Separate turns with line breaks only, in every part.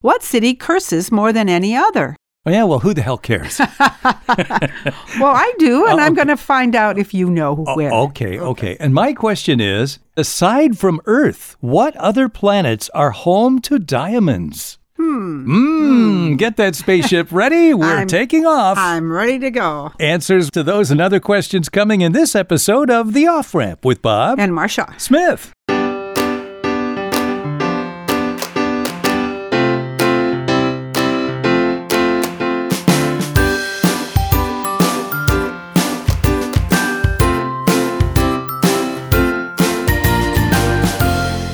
What city curses more than any other?
Oh, yeah, well, who the hell cares?
Well, I do, and
Oh,
I'm
okay.
going to find out if you know
O-
where.
Oh, okay, okay. And my question is aside from Earth, what other planets are home to diamonds? Hmm. Mm, get that spaceship ready. We're
I'm-
taking off.
I'm ready to go.
Answers to those and other questions coming in this episode of The Off Ramp with Bob
And Marsha.
Smith.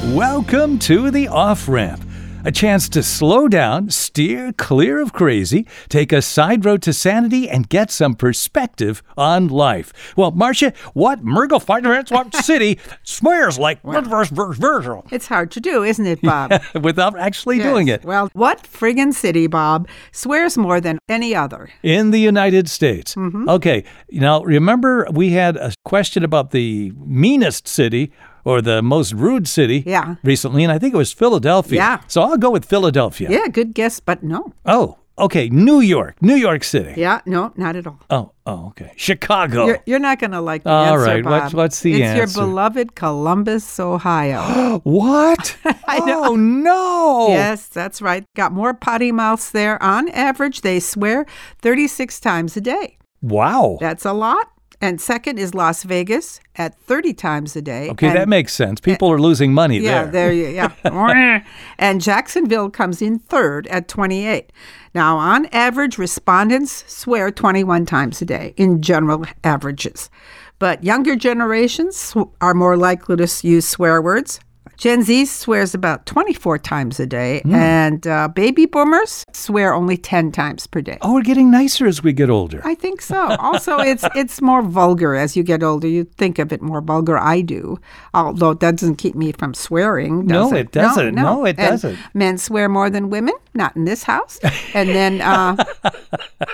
Welcome to the off ramp, a chance to slow down, steer clear of crazy, take a side road to sanity, and get some perspective on life. Well, Marcia, what Murgle what city swears like
It's hard to do, isn't it, Bob?
without actually
Yes.
doing it
Well, what friggin' city, Bob, swears more than any other?
in the United States?
Mm-hmm.
Okay, now remember we had a question about the meanest city. Or the most rude city
Yeah.
recently, and I think it was Philadelphia.
Yeah.
So I'll go with Philadelphia.
Yeah, good guess, but no.
Oh, okay. New York, New York City.
Yeah, no, not at all.
Oh, oh, okay. Chicago.
You're, you're not going to like the
All
answer,
right,
Bob.
what's- what's the
It's
answer?
your beloved Columbus, Ohio.
what? Oh no.
yes, that's right. Got more potty mouths there. On average, they swear 36 times a day.
Wow.
That's a lot. And second is Las Vegas at 30 times a day.
Okay,
And-
that makes sense. People are losing money
Yeah,
there.
there you yeah. and Jacksonville comes in third at 28. Now, on average, respondents swear 21 times a day in general averages. But younger generations sw- are more likely to s- use swear words. Gen Z swears about 24 times a day,
Hmm.
and uh, baby boomers swear only 10 times per day.
Oh, we're getting nicer as we get older.
I think so. Also, it's it's more vulgar as you get older. You think of it more vulgar. I do, although it doesn't keep me from swearing.
No,
Does
it doesn't.
No,
No, it
And
doesn't.
Men swear more than women. Not in this house. And then, uh,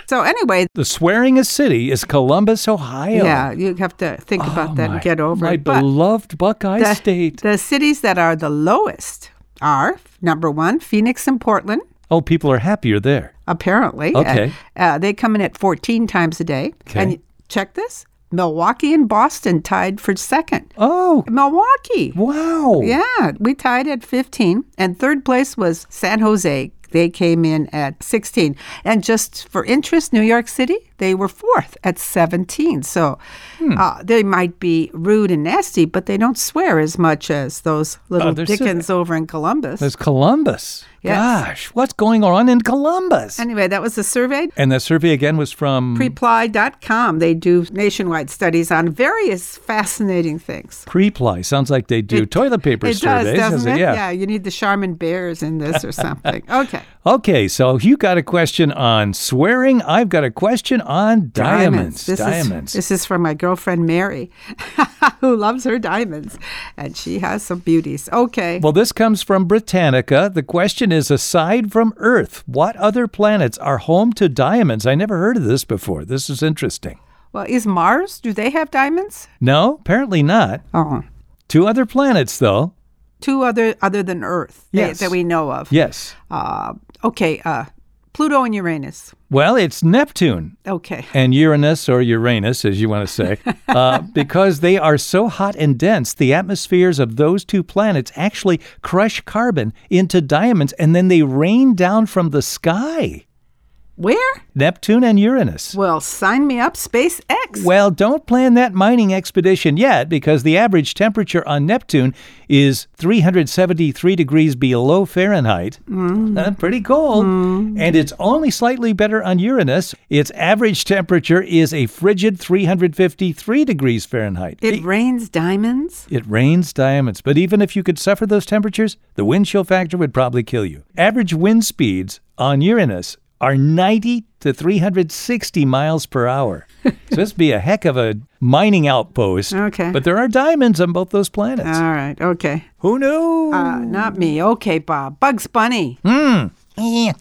so anyway,
the swearingest city is Columbus, Ohio.
yeah, you have to think about that
Oh My-
and get over
my
it. But
beloved Buckeye
the,
State.
the cities that are the lowest are number one, Phoenix and Portland.
oh, people are happier there.
apparently.
Okay.
Uh, uh, they come in at 14 times a day.
Okay.
And check this Milwaukee and Boston tied for second.
Oh,
Milwaukee.
wow.
Yeah, we tied at 15. And third place was San Jose. They came in at 16. And just for interest, New York City, they were fourth at 17. So
Hmm.
uh, they might be rude and nasty, but they don't swear as much as those little
they're so-
dickens over in Columbus.
There's Columbus.
Yes.
Gosh, what's going on in Columbus? And,
Anyway, that was the survey.
that survey again was from
Preply.com. They do nationwide studies on various fascinating things.
Preply. Sounds like they do toilet paper
It does,
surveys.
doesn't
does
it?
it?
Yeah. you need the Charmin Bears in this or something. Okay.
Okay, so you got a question on swearing. I've got a question on diamonds.
This Is,
diamonds.
this is from my girlfriend Mary, who loves her diamonds, and she has some beauties. Okay.
well, this comes from Britannica. The question is aside from Earth, what other planets are home to diamonds? I never heard of this before. This is interesting.
Well, is Mars? Do they have diamonds?
No, apparently not.
Oh,
Two other planets, though.
two other other than Earth that-
Yes.
that, we know of.
Yes.
Uh, okay. Uh, Pluto and Uranus.
Well, it's Neptune
Okay.
and Uranus, or Uranus, as you want to say, uh, because they are so hot and dense, the atmospheres of those two planets actually crush carbon into diamonds and then they rain down from the sky.
Where?
Neptune and Uranus.
Well, sign me up, SpaceX.
Well, don't plan that mining expedition yet because the average temperature on Neptune is 373 degrees below Fahrenheit. Uh, pretty cold. And it's only slightly better on Uranus. Its average temperature is a frigid 353 degrees Fahrenheit.
It rains diamonds.
It rains diamonds, but even if you could suffer those temperatures, the wind chill factor would probably kill you. Average wind speeds on Uranus are 90 to 360 miles per hour. so this would be a heck of a mining outpost.
Okay.
But there are diamonds on both those planets.
All right. Okay.
Who knew?
Uh, not me.
Oh.
Okay, Bob. Bugs Bunny.
Hmm?
Yeah.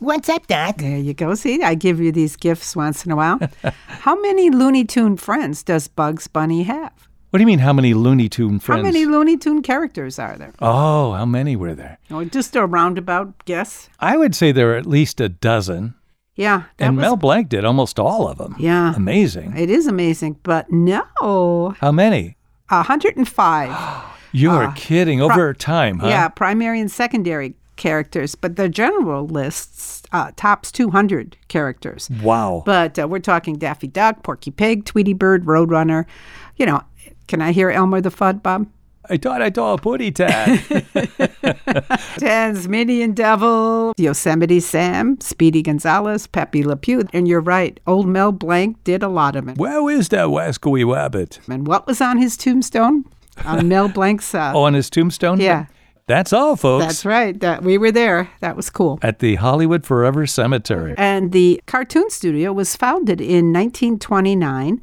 What's up, Doc?
There you go. See, I give you these gifts once in a while. How many Looney Tune friends does Bugs Bunny have?
What do you mean, how many Looney Tune friends?
How many Looney Tune characters are there?
oh, how many were there?
Oh, just a roundabout guess.
I would say there were at least a dozen.
Yeah, that
and
was,
Mel Blanc did almost all of them.
Yeah.
Amazing.
it is amazing, but no,
How many?
105.
You're kidding. Over time, huh?
Ah, Yeah, primary and secondary characters, but the general lists uh, tops 200 characters.
Wow.
But uh, we're talking Daffy Duck, Porky Pig, Tweety Bird, Roadrunner. You know, can I hear Elmer the Fudd, Bob?
I thought I saw a putty tag.
Tasmanian Devil, Yosemite Sam, Speedy Gonzalez, Pepe Le Pew. And you're right, old Mel Blanc did a lot of it.
Where is that Wascoey Wabbit?
And what was on his tombstone? On Mel Blanc's. Uh,
Oh, on his tombstone?
Yeah.
That's all, folks.
That's right. That we were there. That was cool.
At the Hollywood Forever Cemetery.
And the cartoon studio was founded in 1929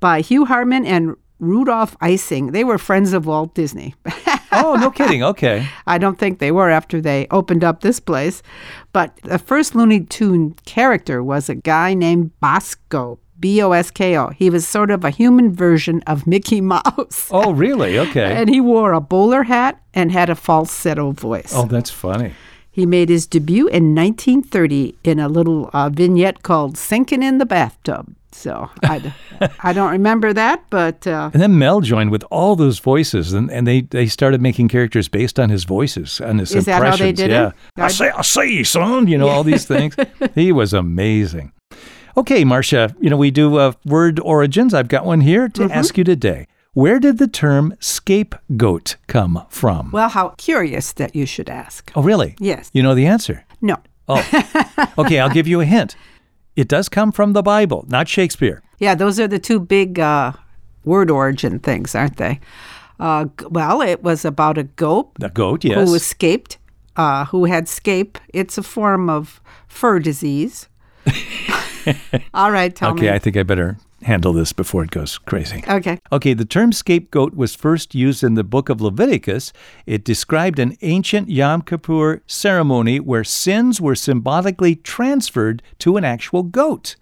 by Hugh Harman and Rudolph Ising. They were friends of Walt Disney.
oh, no kidding. Okay.
I don't think they were after they opened up this place. But the first Looney Tune character was a guy named Bosco, B O S K O. He was sort of a human version of Mickey Mouse.
Oh, really? Okay.
And he wore a bowler hat and had a falsetto voice.
Oh, that's funny.
He made his debut in 1930 in a little uh, vignette called Sinking in the Bathtub. So I, I don't remember that, but uh,
And then Mel joined with all those voices, and, and they, they started making characters based on his voices, on his
Is that how they
impressions.
did it?
yeah. I
I-
say, I say, son, you know, all these things. he was amazing. Okay, Marcia, you know, we do uh, word origins. I've got one here
Mm-hmm.
to ask you today. Where did the term scapegoat come from?
well, how curious that you should ask.
oh, really?
Yes.
You know the answer.
No.
Okay, I'll give you a hint. It does come from the Bible, not Shakespeare.
Yeah, those are the two big uh, word origin things, aren't they? Uh, g- well, it was about a goat
The goat, yes.
who escaped, uh, who had scape. It's a form of fur disease. All right, tell
okay, I think I better handle this before it goes crazy.
me. Okay.
Okay, the term scapegoat was first used in the book of Leviticus. It described an ancient Yom Kippur ceremony where sins were symbolically transferred to an actual goat,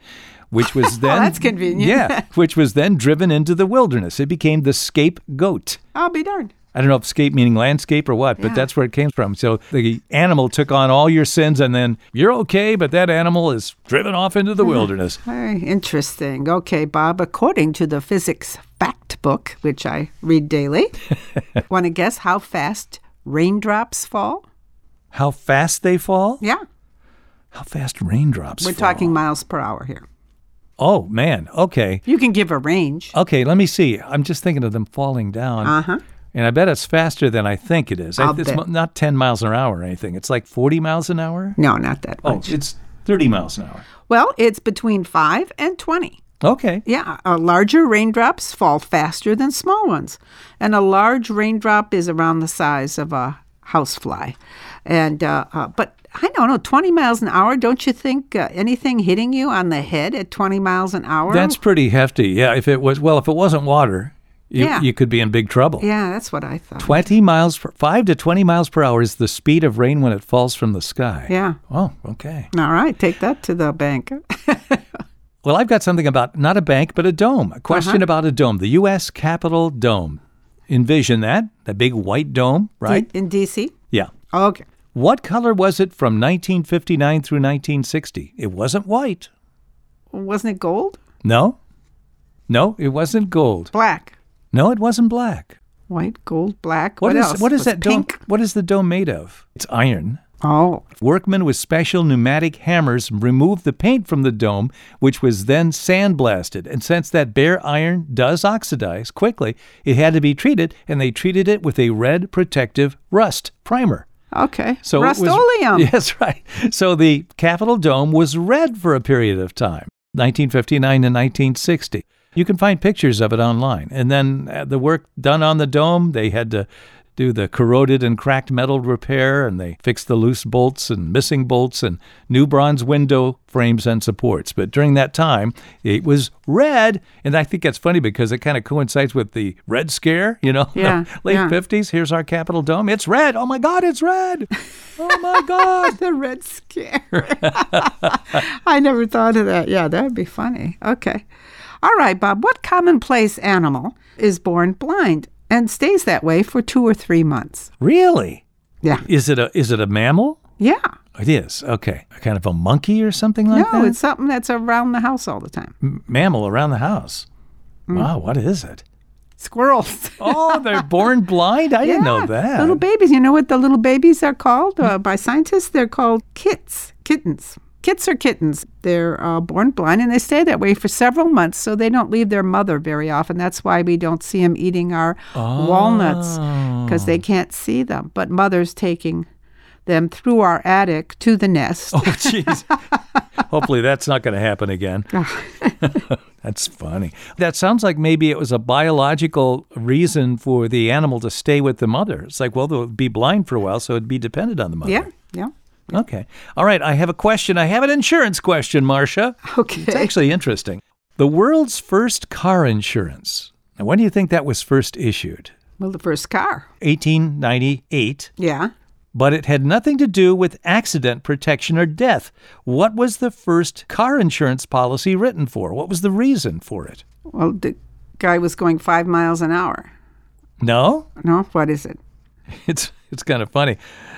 which was then
Oh, that's convenient.
Yeah, which was then driven into the wilderness. It became the scapegoat.
I'll be darned.
I don't know if scape meaning landscape or what, but
Yeah.
that's where it came from. So the animal took on all your sins, and then you're okay, but that animal is driven off into
Mm-hmm.
the wilderness.
Very interesting. Okay, Bob, according to the physics fact book, which I read daily, want to guess how fast raindrops fall?
How fast they fall?
Yeah,
How fast raindrops
we're
fall?
talking miles per hour here.
Oh, man. Okay.
You can give a range.
Okay, let me see. I'm just thinking of them falling down.
Uh huh.
And I bet it's faster than I think it is. I-
I'll
it's
bet.
mo- not 10 miles an hour or anything. It's like 40 miles an hour.
No, not that
Oh,
much.
it's 30 miles an hour.
Well, it's between 5 and 20.
Okay.
Yeah, uh, larger raindrops fall faster than small ones. And a large raindrop is around the size of a housefly. And, uh, uh, but I don't know, 20 miles an hour, don't you think uh, anything hitting you on the head at 20 miles an hour?
That's pretty hefty. Yeah, if it was, well, if it wasn't water, you,
Yeah.
you could be in big trouble.
yeah, that's what I thought.
20 miles per, 5 to 20 miles per hour is the speed of rain when it falls from the sky.
Yeah.
Oh, okay.
All right, take that to the bank.
Well, I've got something about not a bank, but a dome.
Uh-huh.
A question about a dome, the U.S. Capitol Dome. Envision that, that big white dome, right?
In D.C.?
Yeah.
Okay.
What color was it from 1959 through 1960? It wasn't white.
Wasn't it gold?
No. No, it wasn't gold.
Black.
No, it wasn't black.
White, gold, black.
What
What,
is
else?
what is
Was
that
pink?
dome? What is the dome made of? It's iron.
Oh,
Workmen with special pneumatic hammers removed the paint from the dome, which was then sandblasted. And since that bare iron does oxidize quickly, it had to be treated, and they treated it with a red protective rust primer.
okay.
So it was-
Rust-Oleum.
Yes, right. So the Capitol dome was red for a period of time, 1959 to 1960. You can find pictures of it online. And then uh, the work done on the dome, they had to do the corroded and cracked metal repair, and they fixed the loose bolts and missing bolts and new bronze window frames and supports. But during that time, it was red. And I think that's funny because it kind of coincides with the Red Scare, you know,
Yeah,
late
yeah.
50s. Here's our Capitol Dome. It's red. Oh my God, it's red. Oh my God.
The Red Scare. I never thought of that. Yeah, that'd be funny. Okay. All right, Bob, what commonplace animal is born blind and stays that way for two or three months?
Really?
Yeah.
Is it a is it a mammal?
Yeah.
It is. Okay. Kind of a monkey or something like that?
No, it's something that's around the house all the time.
M- mammal around the house.
Mm.
Wow, what is it?
Squirrels.
Oh, they're born blind? I didn't know
Yeah,
that.
Little babies. You know what the little babies are called uh, by scientists? They're called kits, kittens. Kits are kittens. They're uh, born blind and they stay that way for several months, so they don't leave their mother very often. That's why we don't see them eating our walnuts because
Oh.
they can't see them. But mother's taking them through our attic to the nest.
Oh, jeez. Hopefully that's not going to happen again. that's funny. That sounds like maybe it was a biological reason for the animal to stay with the mother. It's like, well, they'll be blind for a while, so it'd be dependent on the mother.
Yeah, yeah.
Okay. All right. I have a question. I have an insurance question, Marcia. It's
Okay.
actually interesting. The world's first car insurance. Now, when do you think that was first issued?
Well, the first car.
1898
Yeah.
but it had nothing to do with accident protection or death. What was the first car insurance policy written for? What was the reason for it?
Well, the guy was going five miles an hour.
No,
No, what is it?
it's it's kind of funny.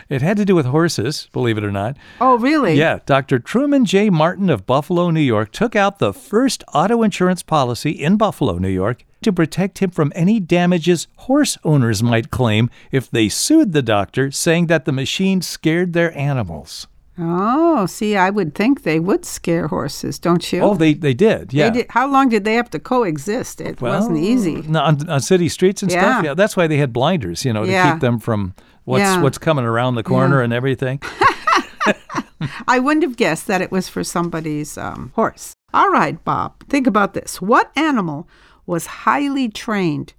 It had to do with horses, believe it or not.
Oh, really?
Yeah, Dr. Truman J. Martin of Buffalo, New York, took out the first auto insurance policy in Buffalo, New York, to protect him from any damages horse owners might claim if they sued the doctor, saying that the machine scared their animals.
Oh, see, I would think they would scare horses, don't you?
Oh, they, they did.
They
Yeah.
did- how long did they have to coexist? It wasn't
Well,
easy.
no, on, on city streets and
Yeah.
stuff. Yeah, that's why they had blinders, you know, to
Yeah.
keep them from what's
Yeah.
what's coming around the corner and everything.
I wouldn't have guessed that it was for somebody's um, horse. All right, Bob, think about this. What animal was highly trained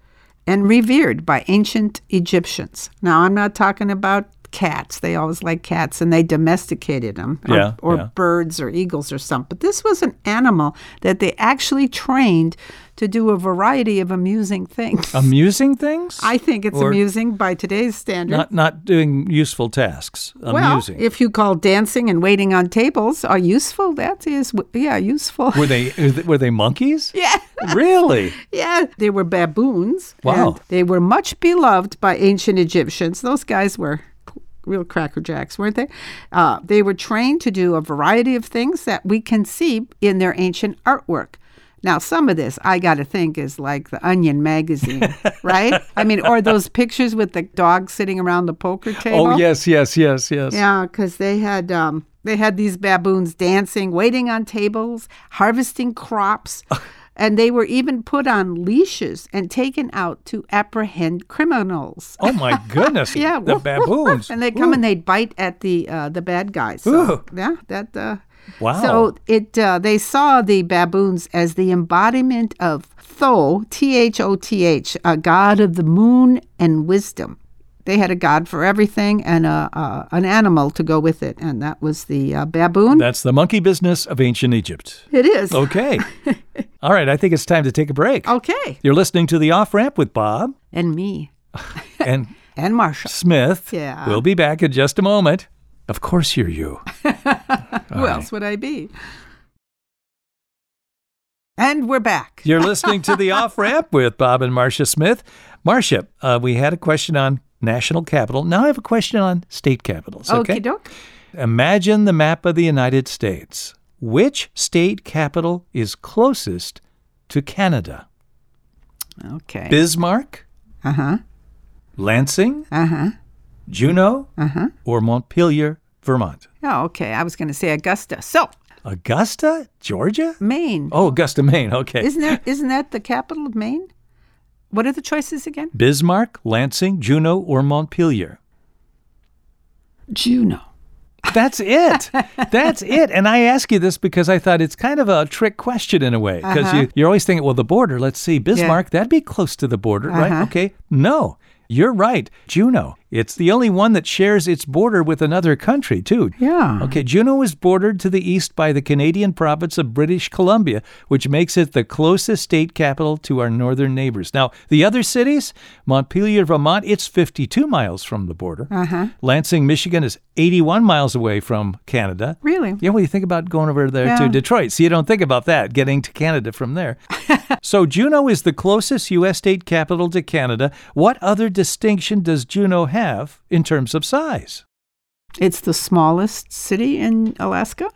and revered by ancient Egyptians? Now, I'm not talking about cats. They always liked cats and they domesticated them or,
Yeah,
or
yeah.
birds or eagles or something. But this was an animal that they actually trained to do a variety of amusing things.
Amusing things?
I think it's
Or-
amusing by today's standards.
not not doing useful tasks.
well,
Amusing.
if you call dancing and waiting on tables are useful, that is, yeah, useful.
were they were they monkeys?
yeah,
Really?
yeah. They were baboons.
Wow.
and they were much beloved by ancient Egyptians. Those guys were c- real crackerjacks, weren't they? Uh, they were trained to do a variety of things that we can see in their ancient artwork. Now, some of this I got to think is like the Onion magazine, right? I mean, or those pictures with the dog sitting around the poker table.
Oh yes, yes, yes, yes.
Yeah, because they had um, they had these baboons dancing, waiting on tables, harvesting crops, and they were even put on leashes and taken out to apprehend criminals.
Oh my goodness.
Yeah,
The
woof, woof, woof.
baboons.
and they come and they bite at the uh, the bad guys. So,
Ooh.
Yeah, that. Uh,
Wow.
So it uh, they saw the baboons as the embodiment of Tho, T H O T H, a god of the moon and wisdom. They had a god for everything and a, a, an animal to go with it, and that was the uh, baboon.
That's the monkey business of ancient Egypt.
it is
Okay. All right, I think it's time to take a
Oh.
break.
okay,
You're listening to the off ramp with Bob
and me
and
and Marsha.
Smith.
Yeah.
We'll be back in just a moment. Of course, you're you.
Who else would I be? And we're back.
You're listening to the off ramp with Bob and Marcia Smith. Marcia, uh, we had a question on national capital. Now I have a question on state capitals. Okay.
Okie doke.
Imagine the map of the United States. Which state capital is closest to Canada?
Okay.
Bismarck,
Uh huh.
Lansing,
Uh huh.
Juneau,
Uh huh.
or Montpelier, Vermont?
Oh, okay. I was going to say Augusta. So,
Augusta, Georgia?
Maine.
Oh, Augusta, Maine. Okay.
Isn't there isn't that the capital of Maine? What are the choices again?
Bismarck, Lansing, Juneau, or Montpelier.
Juneau.
That's it. That's it. And I ask you this because I thought it's kind of a trick question in a way because
Uh-huh.
you, you're always thinking, well, the border, let's see, Bismarck, that'd be close to the border, right?
Uh-huh.
Okay. No, You're right, Juneau. It's the only one that shares its border with another country, too.
Yeah.
Okay, Juneau is bordered to the east by the Canadian province of British Columbia, which makes it the closest state capital to our northern neighbors. Now, the other cities, Montpelier, Vermont, it's 52 miles from the border.
Uh-huh.
Lansing, Michigan is 81 miles away from Canada.
Really?
Yeah, well, you think about going over there
Yeah.
to Detroit, so you don't think about that, getting to Canada from there. so, Juneau is the closest U.S. state capital to Canada. What other distinction does Juneau have in terms of size?
It's the smallest city in Alaska?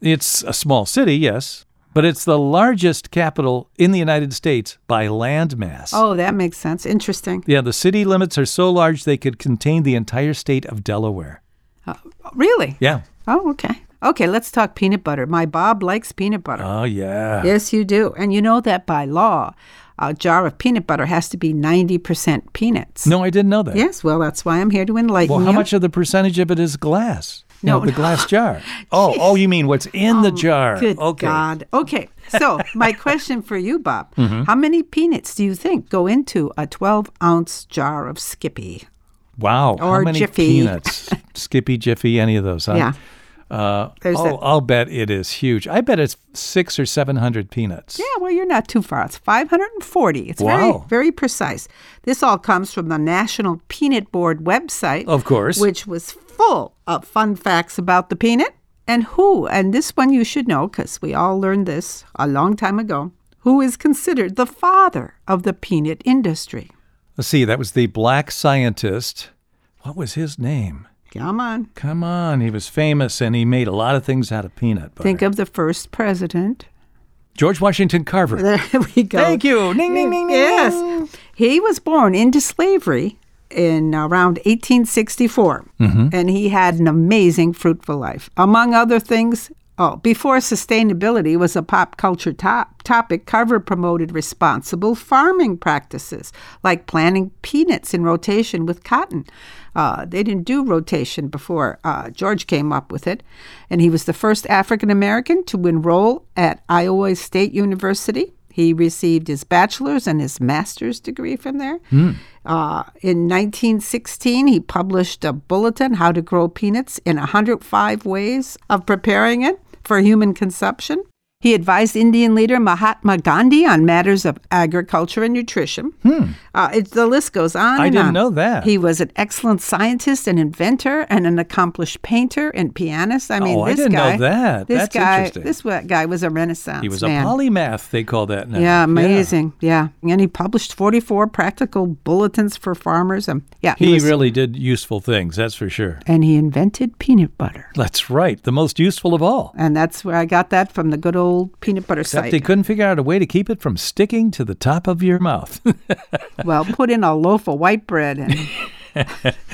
It's a small city, yes, but it's the largest capital in the United States by land mass.
Oh, that makes sense. Interesting.
Yeah, the city limits are so large they could contain the entire state of Delaware.
Uh, really?
Yeah.
Oh, okay. Okay, let's talk peanut butter. My Bob likes peanut butter.
Oh, yeah.
Yes, you do. And you know that by law, a jar of peanut butter has to be 90% peanuts.
No, I didn't know that.
Yes, well, that's why I'm here to enlighten
Well,
you.
how much of the percentage of it is glass? You
No,
know, the
no.
glass jar. Oh, oh, you mean what's in the jar?
Good
okay.
God. Okay, so my question for you, Bob
Mm-hmm.
How many peanuts do you think go into a 12 ounce jar of Skippy?
Wow.
Or
how many
Jiffy.
peanuts? Skippy, Jiffy, any of those? Huh?
Yeah.
Uh,
There's
oh,
that-
I'll bet it is huge. I bet it's six or seven hundred peanuts.
Yeah, well, you're not too far. It's 540. It's
Wow.
very, very precise. This all comes from the National Peanut Board website.
Of course.
Which was full of fun facts about the peanut and who. And this one you should know because we all learned this a long time ago. Who is considered the father of the peanut industry?
Let's see. That was the black scientist. What was his name?
Come on.
Come on. He was famous and he made a lot of things out of peanut butter.
Think of the first president.
George Washington Carver.
There we go.
Thank you. Ning, ning, ning, ning. ning.
Yes. He was born into slavery in around 1864, and he had an amazing, fruitful life. Among other things, oh, before sustainability was a pop culture top, topic, Carver promoted responsible farming practices, like planting peanuts in rotation with cotton. Uh, they didn't do rotation before uh, George came up with it. And he was the first African American to enroll at Iowa State University. He received his bachelor's and his master's degree from there.
Hmm.
Uh, in 1916, he published a bulletin, How to Grow Peanuts, in 105 Ways of Preparing It for Human Consumption. He advised Indian leader Mahatma Gandhi on matters of agriculture and nutrition. Uh, it, the list goes on.
Hmm. I
and
didn't
on.
know that.
He was an excellent scientist and inventor, and an accomplished painter and pianist. I mean,
Oh, I
this
didn't know
guy.
that.
This
That's
guy.
interesting.
This wa- guy was a Renaissance
He was a
man.
polymath. They call that now.
Yeah, amazing. Yeah. And he published 44 practical bulletins for farmers. Um, yeah.
He
was-
really did useful things. That's for sure.
and he invented peanut butter.
That's right. The most useful of all.
And that's where I got that from the good old peanut butter
Except
site.
they couldn't figure out a way to keep it from sticking to the top of your mouth.
well, put in a loaf of white bread and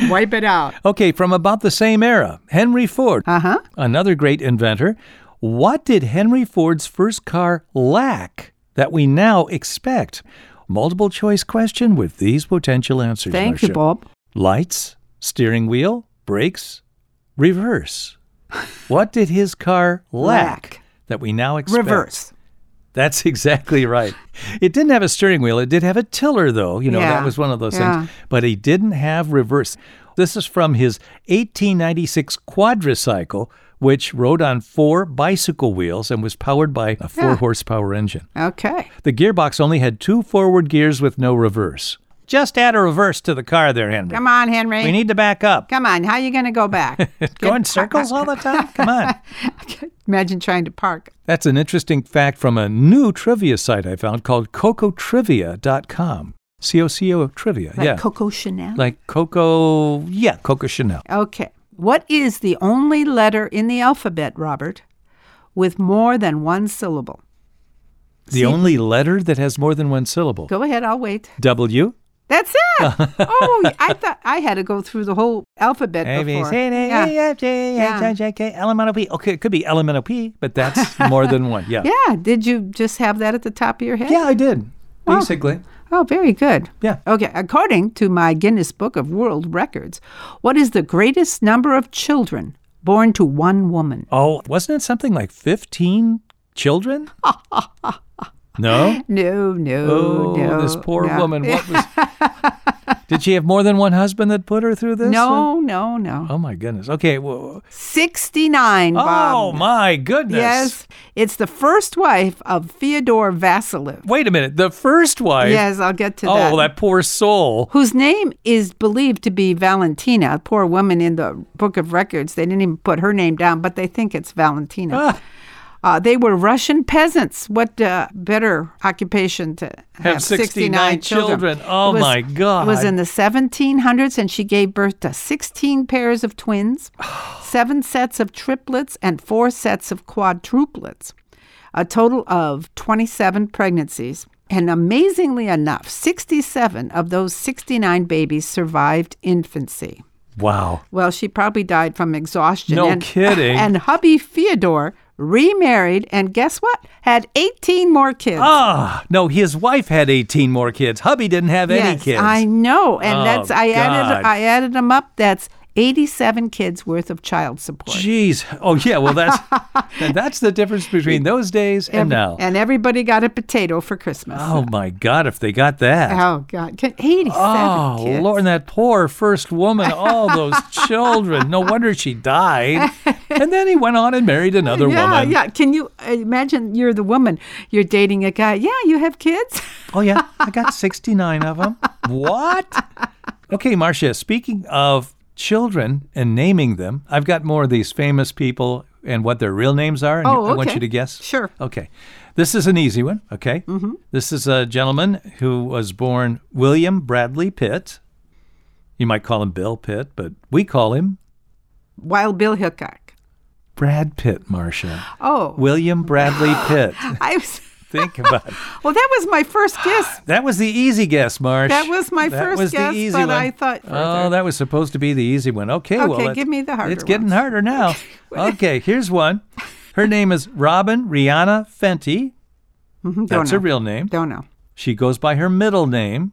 wipe it out.
okay, from about the same era, Henry Ford,
Uh huh.
another great inventor. What did Henry Ford's first car lack that we now expect? Multiple choice question with these potential answers.
Thank you,
Marcia.
Bob.
Lights, steering wheel, brakes, reverse. What did his car lack,
Lack.
that we now expect?
Reverse.
That's exactly right. It didn't have a steering wheel. It did have a tiller, though. You know,
Yeah.
that was one of those
Yeah.
things. But he didn't have reverse. This is from his 1896 quadricycle, which rode on four bicycle wheels and was powered by a four
Yeah.
horsepower engine.
Okay.
The gearbox only had two forward gears with no reverse. Just add a reverse to the car there, Henry.
Come on, Henry.
We need to back up.
Come on. How you going to go back?
Go in circles all the time? Come on.
Imagine trying to park.
That's an interesting fact from a new trivia site I found called cocotrivia.com. C O C O trivia.
Like
yeah.
Coco Chanel.
like Coco, yeah, Coco Chanel.
Okay. What is the only letter in the alphabet, Robert, with more than one syllable?
The only letter that has more than one syllable.
Go ahead, I'll wait.
W.
That's it. oh, I thought I had to go through the whole alphabet
A, B,
before.
C, D, E,
Yeah.
F, G, H, I, J, K, L, M, N, O, P. Okay, it could be L, M, N, O, P, but that's more than one. Yeah.
Yeah. Did you just have that at the top of your head?
Yeah, I did. Basically.
Oh, very good.
Yeah.
Okay. According to my Guinness Book of World Records, what is the greatest number of children born to one woman?
Oh, wasn't it something like 15 children? no?
No, no,
Oh,
no.
this poor
no.
woman. What was Did she have more than one husband that put her through this?
No, no, no.
Oh my goodness. Okay. Well,
69, Bob.
oh my goodness.
Yes, it's the first wife of Fyodor Vasiliev.
Wait a minute. The first wife.
Yes, I'll get to
Oh,
that.
well, that poor soul.
Whose name is believed to be Valentina, a poor woman in the Book of Records. They didn't even put her name down, but they think it's Valentina.
Ah.
Uh, they were Russian peasants. What uh, better occupation to have,
69 children. Oh,
It
my
It was
God.
in the 1700s, and she gave birth to 16 pairs of twins, seven sets of triplets, and four sets of quadruplets, a total of 27 pregnancies. And amazingly enough, 67 of those 69 babies survived infancy.
Wow.
Well, she probably died from exhaustion.
No
and,
kidding.
And hubby Fyodor remarried and guess what? Had 18 more kids.
Ah, no, his wife had 18 more kids. Hubby didn't have any
yes,
kids.
I know. And
Oh,
that's I
God.
added I added them up. That's 87 kids worth of child support.
Jeez. Oh, yeah. Well, that's that's the difference between those days
Every-
and now.
And everybody got a potato for Christmas.
Oh, my God, if they got that.
Oh, God. Can- 87
Oh,
kids.
Lord, and that poor first woman, all those children. No wonder she died. And then he went on and married another
yeah,
woman.
yeah. Can you uh, imagine you're the woman, you're dating a guy. Yeah, you have kids?
Oh, yeah, I got 69 of them. What? Okay, Marcia, speaking of children and naming them, I've got more of these famous people and what their real names are. And
Oh,
I want
okay.
you to guess.
Sure.
Okay. This is an easy one. Okay. Mm-hmm. This is a gentleman who was born William Bradley Pitt. You might call him Bill Pitt, but we call him
Wild Bill Hickok.
Brad Pitt, Marcia.
Oh.
William Bradley Pitt.
I was
Think about it.
Well, that was my first guess.
That was the easy guess, Marsh.
That was my
That
first
was
guess,
the easy
but
one.
I thought further.
Oh, that was supposed to be the easy one. Okay, well,
Okay,
that's-
give me the harder
It's getting
ones.
harder now. okay, here's one. Her name is Robin Rihanna Fenty.
Mhm, don't
That's
know.
her real name.
Don't know.
She goes by her middle name,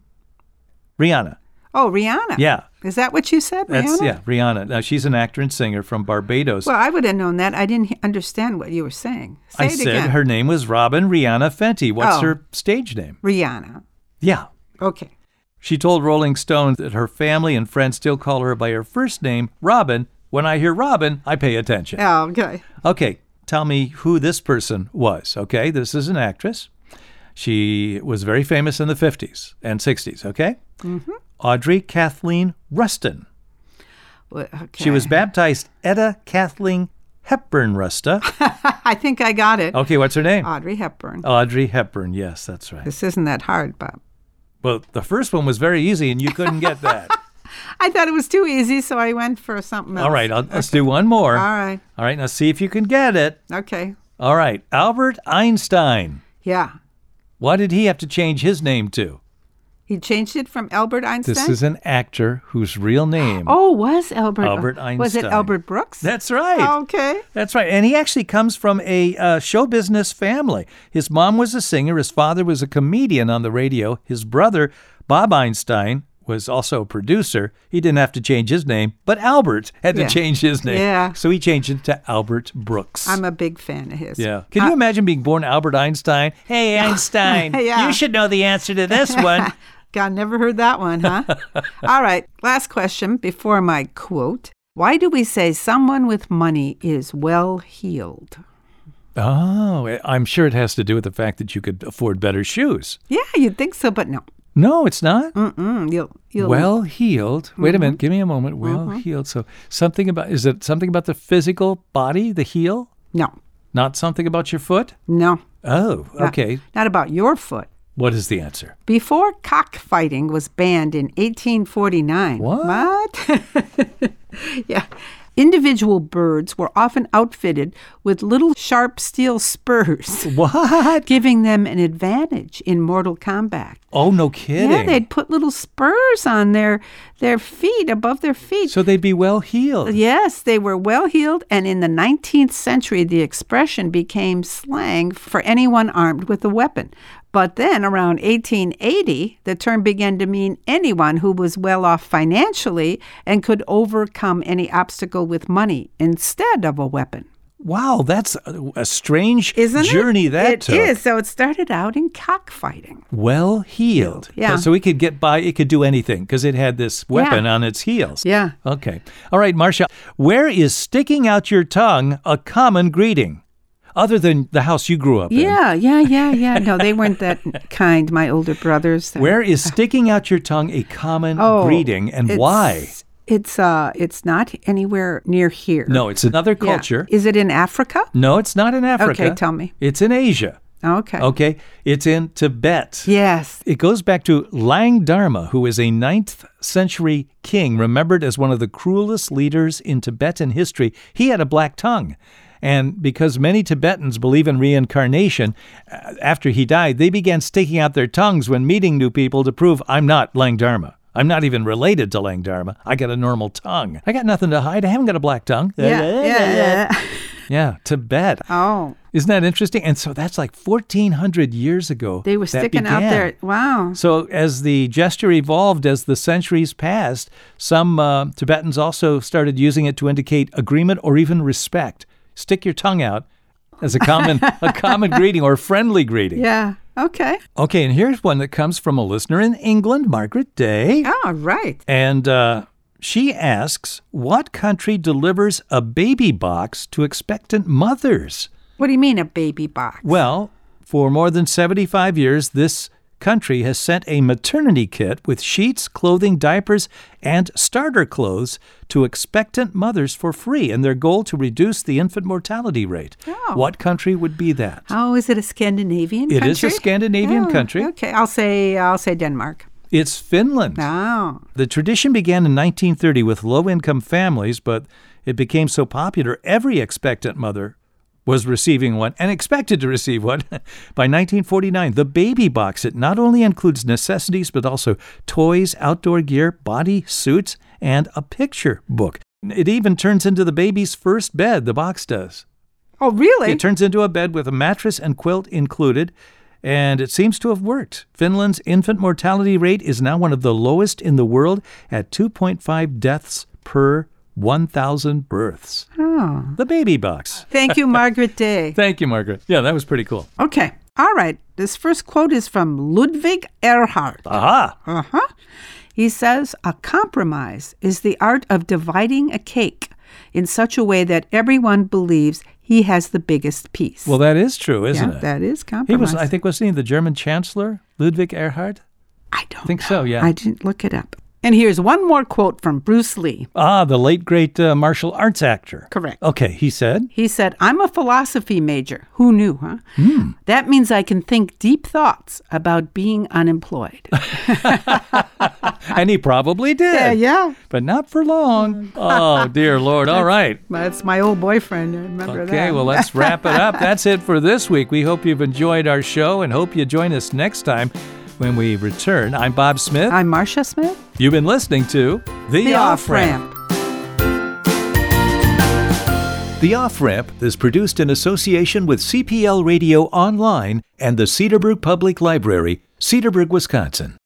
Rihanna.
Oh, Rihanna.
Yeah,
Is that what you said,
that's
Rihanna?
yeah, Rihanna. Now she's an actor and singer from Barbados.
Well, I would have known that. I didn't he- understand what you were saying. Say
I
it
said
again.
her name was Robin Rihanna Fenty. What's
Oh.
her stage name?
Rihanna.
Yeah,
Okay.
She told Rolling Stone that her family and friends still call her by her first name, Robin. When I hear Robin, I pay attention.
Oh, okay.
Okay, tell me who this person was. Okay, this is an actress. She was very famous in the 50s and 60s, okay? Audrey Kathleen Rustin.
Well, okay.
She was baptized Etta Kathleen Hepburn Rusta.
I think I got it.
Okay, what's her name?
Audrey Hepburn.
Audrey Hepburn. Yes, that's right.
Uh, This isn't that hard, Bob.
Well, the first one was very easy and you couldn't get that.
I thought it was too easy, so I went for something else.
All right, I'll, let's do one more.
All right.
All right, now see if you can get it.
Okay.
All right, Albert Einstein.
Yeah.
Why did he have to change his name to?
He changed it from Albert Einstein.
This is an actor whose real name.
oh, was Albert
Albert
Was it
Einstein.
Albert Brooks?
That's right.
Okay.
That's right. And he actually comes from a uh, show business family. His mom was a singer, his father was a comedian on the radio, his brother, Bob Einstein, was also a producer. He didn't have to change his name, but Albert had
Yeah.
to change his name.
Yeah.
So he changed it to Albert Brooks.
I'm a big fan of his.
Yeah. Can you imagine being born Albert Einstein? Hey, Einstein,
Yeah.
you should know the answer to this one.
God, never heard that one, huh? All right, last question before my quote. Why do we say someone with money is well heeled?
oh, I- I'm sure it has to do with the fact that you could afford better shoes.
Yeah, you'd think so, but no.
No, it's not.
Mm-mm, Mm-hmm. you'll, you'll,
Well healed. Wait a minute. Give me a moment. Well
Mm-hmm.
healed. So something about is it something about the physical body, the heel,
no,
not something about your foot?
no.
Oh,
not-
okay.
Not, about your foot.
What is the answer?
Before cockfighting was banned in 1849.
What?
What? yeah. Individual birds were often outfitted with little sharp steel spurs,
What?
giving them an advantage in mortal combat.
Oh, no kidding.
Yeah, they'd put little spurs on their their feet above their feet.
so they'd be well healed.
yes, they were well heeled, and in the 19th century, the expression became slang for anyone armed with a weapon. But then, around 1880, the term began to mean anyone who was well off financially and could overcome any obstacle with money instead of a weapon.
wow, that's a, a strange
Isn't it?
journey that
It
took.
is. So it started out in cockfighting.
Well heeled.
Yeah.
So it could get by, it could do anything because it had this weapon on its heels.
Yeah.
Okay. All right, Marcia, where is sticking out your tongue a common greeting other than the house you grew up in?
Yeah, yeah, yeah, yeah. No, they weren't that kind, my older brothers. Oh,
Where is sticking out your tongue a common greeting and
it's-
why?
It's uh it's not anywhere near here.
No, it's another
Yeah.
culture.
Is it in Africa?
No, it's not in Africa. Oh.
Okay, tell me.
It's in Asia.
Okay.
Okay. It's in Tibet.
Yes.
It goes back to Lang Dharma, who is a 9th century king remembered as one of the cruelest leaders in Tibetan history. He had a black tongue. And because many Tibetans believe in reincarnation, uh, after he died, they began sticking out their tongues when meeting new people to prove I'm not Lang Dharma. I'm not even related to Lang Dharma. I got a normal tongue. I got nothing to hide. I haven't got a black tongue.
Yeah. yeah, yeah.
Yeah, Tibet.
Oh,
Isn't that interesting? And so that's like 1,400 years ago.
they were
that
sticking out
began.
there. Wow.
So, as the gesture evolved as the centuries passed, some uh, Tibetans also started using it to indicate agreement or even respect. Stick your tongue out as a common a common greeting or friendly greeting.
Yeah. Okay.
Okay, and here's one that comes from a listener in England, Margaret Day,
All right.
and uh, she asks, "What country delivers a baby box to expectant mothers?"
What do you mean a baby box?
Well, for more than 75 years, this country has sent a maternity kit with sheets, clothing, diapers, and starter clothes to expectant mothers for free in their goal to reduce the infant mortality rate.
Oh.
What country would be that?
Oh, is it a Scandinavian
It
country?
is a Scandinavian
Oh,
country.
Okay. I'll say I'll say Denmark.
It's Finland.
Oh.
The tradition began in 1930 with low income families, but it became so popular every expectant mother was receiving one and expected to receive one. By 1949, the baby box it not only includes necessities but also toys, outdoor gear, body suits, and a picture book. It even turns into the baby's first bed, the box does.
Oh, really?
It turns into a bed with a mattress and quilt included, and it seems to have worked. Finland's infant mortality rate is now one of the lowest in the world at 2.5 deaths per 1,000 births.
oh.
The baby box.
Thank you, Margaret Day.
Thank you, Margaret. Yeah, that was pretty cool.
Okay. All right. This first quote is from Ludwig Erhard.
Aha!
Uh huh. He says a compromise is the art of dividing a cake in such a way that everyone believes he has the biggest piece.
Well, that is true, isn't
yeah,
it?
that is
he
compromise.
was, I think, wasn't he the German Chancellor, Ludwig Erhard?
I don't
think so,
know.
yeah.
I didn't look it up. And here's one more quote from Bruce Lee.
Ah, the late great uh, martial arts actor.
Correct.
Okay, he said.
He said, I'm a philosophy major. Who knew, huh?
Hmm.
That means I can think deep thoughts about being unemployed.
And he probably did.
yeah, yeah.
But not for long. Oh, dear Lord. All right.
That's my old boyfriend. I remember that.
Okay, well, let's wrap it up. That's it for this week. We hope you've enjoyed our show and hope you join us next time when we return. I'm Bob Smith.
I'm Marcia Smith.
You've been listening to The, The Off Ramp is produced in association with CPL Radio Online and the Cedarbrook Public Library, Cedarbrook, Wisconsin.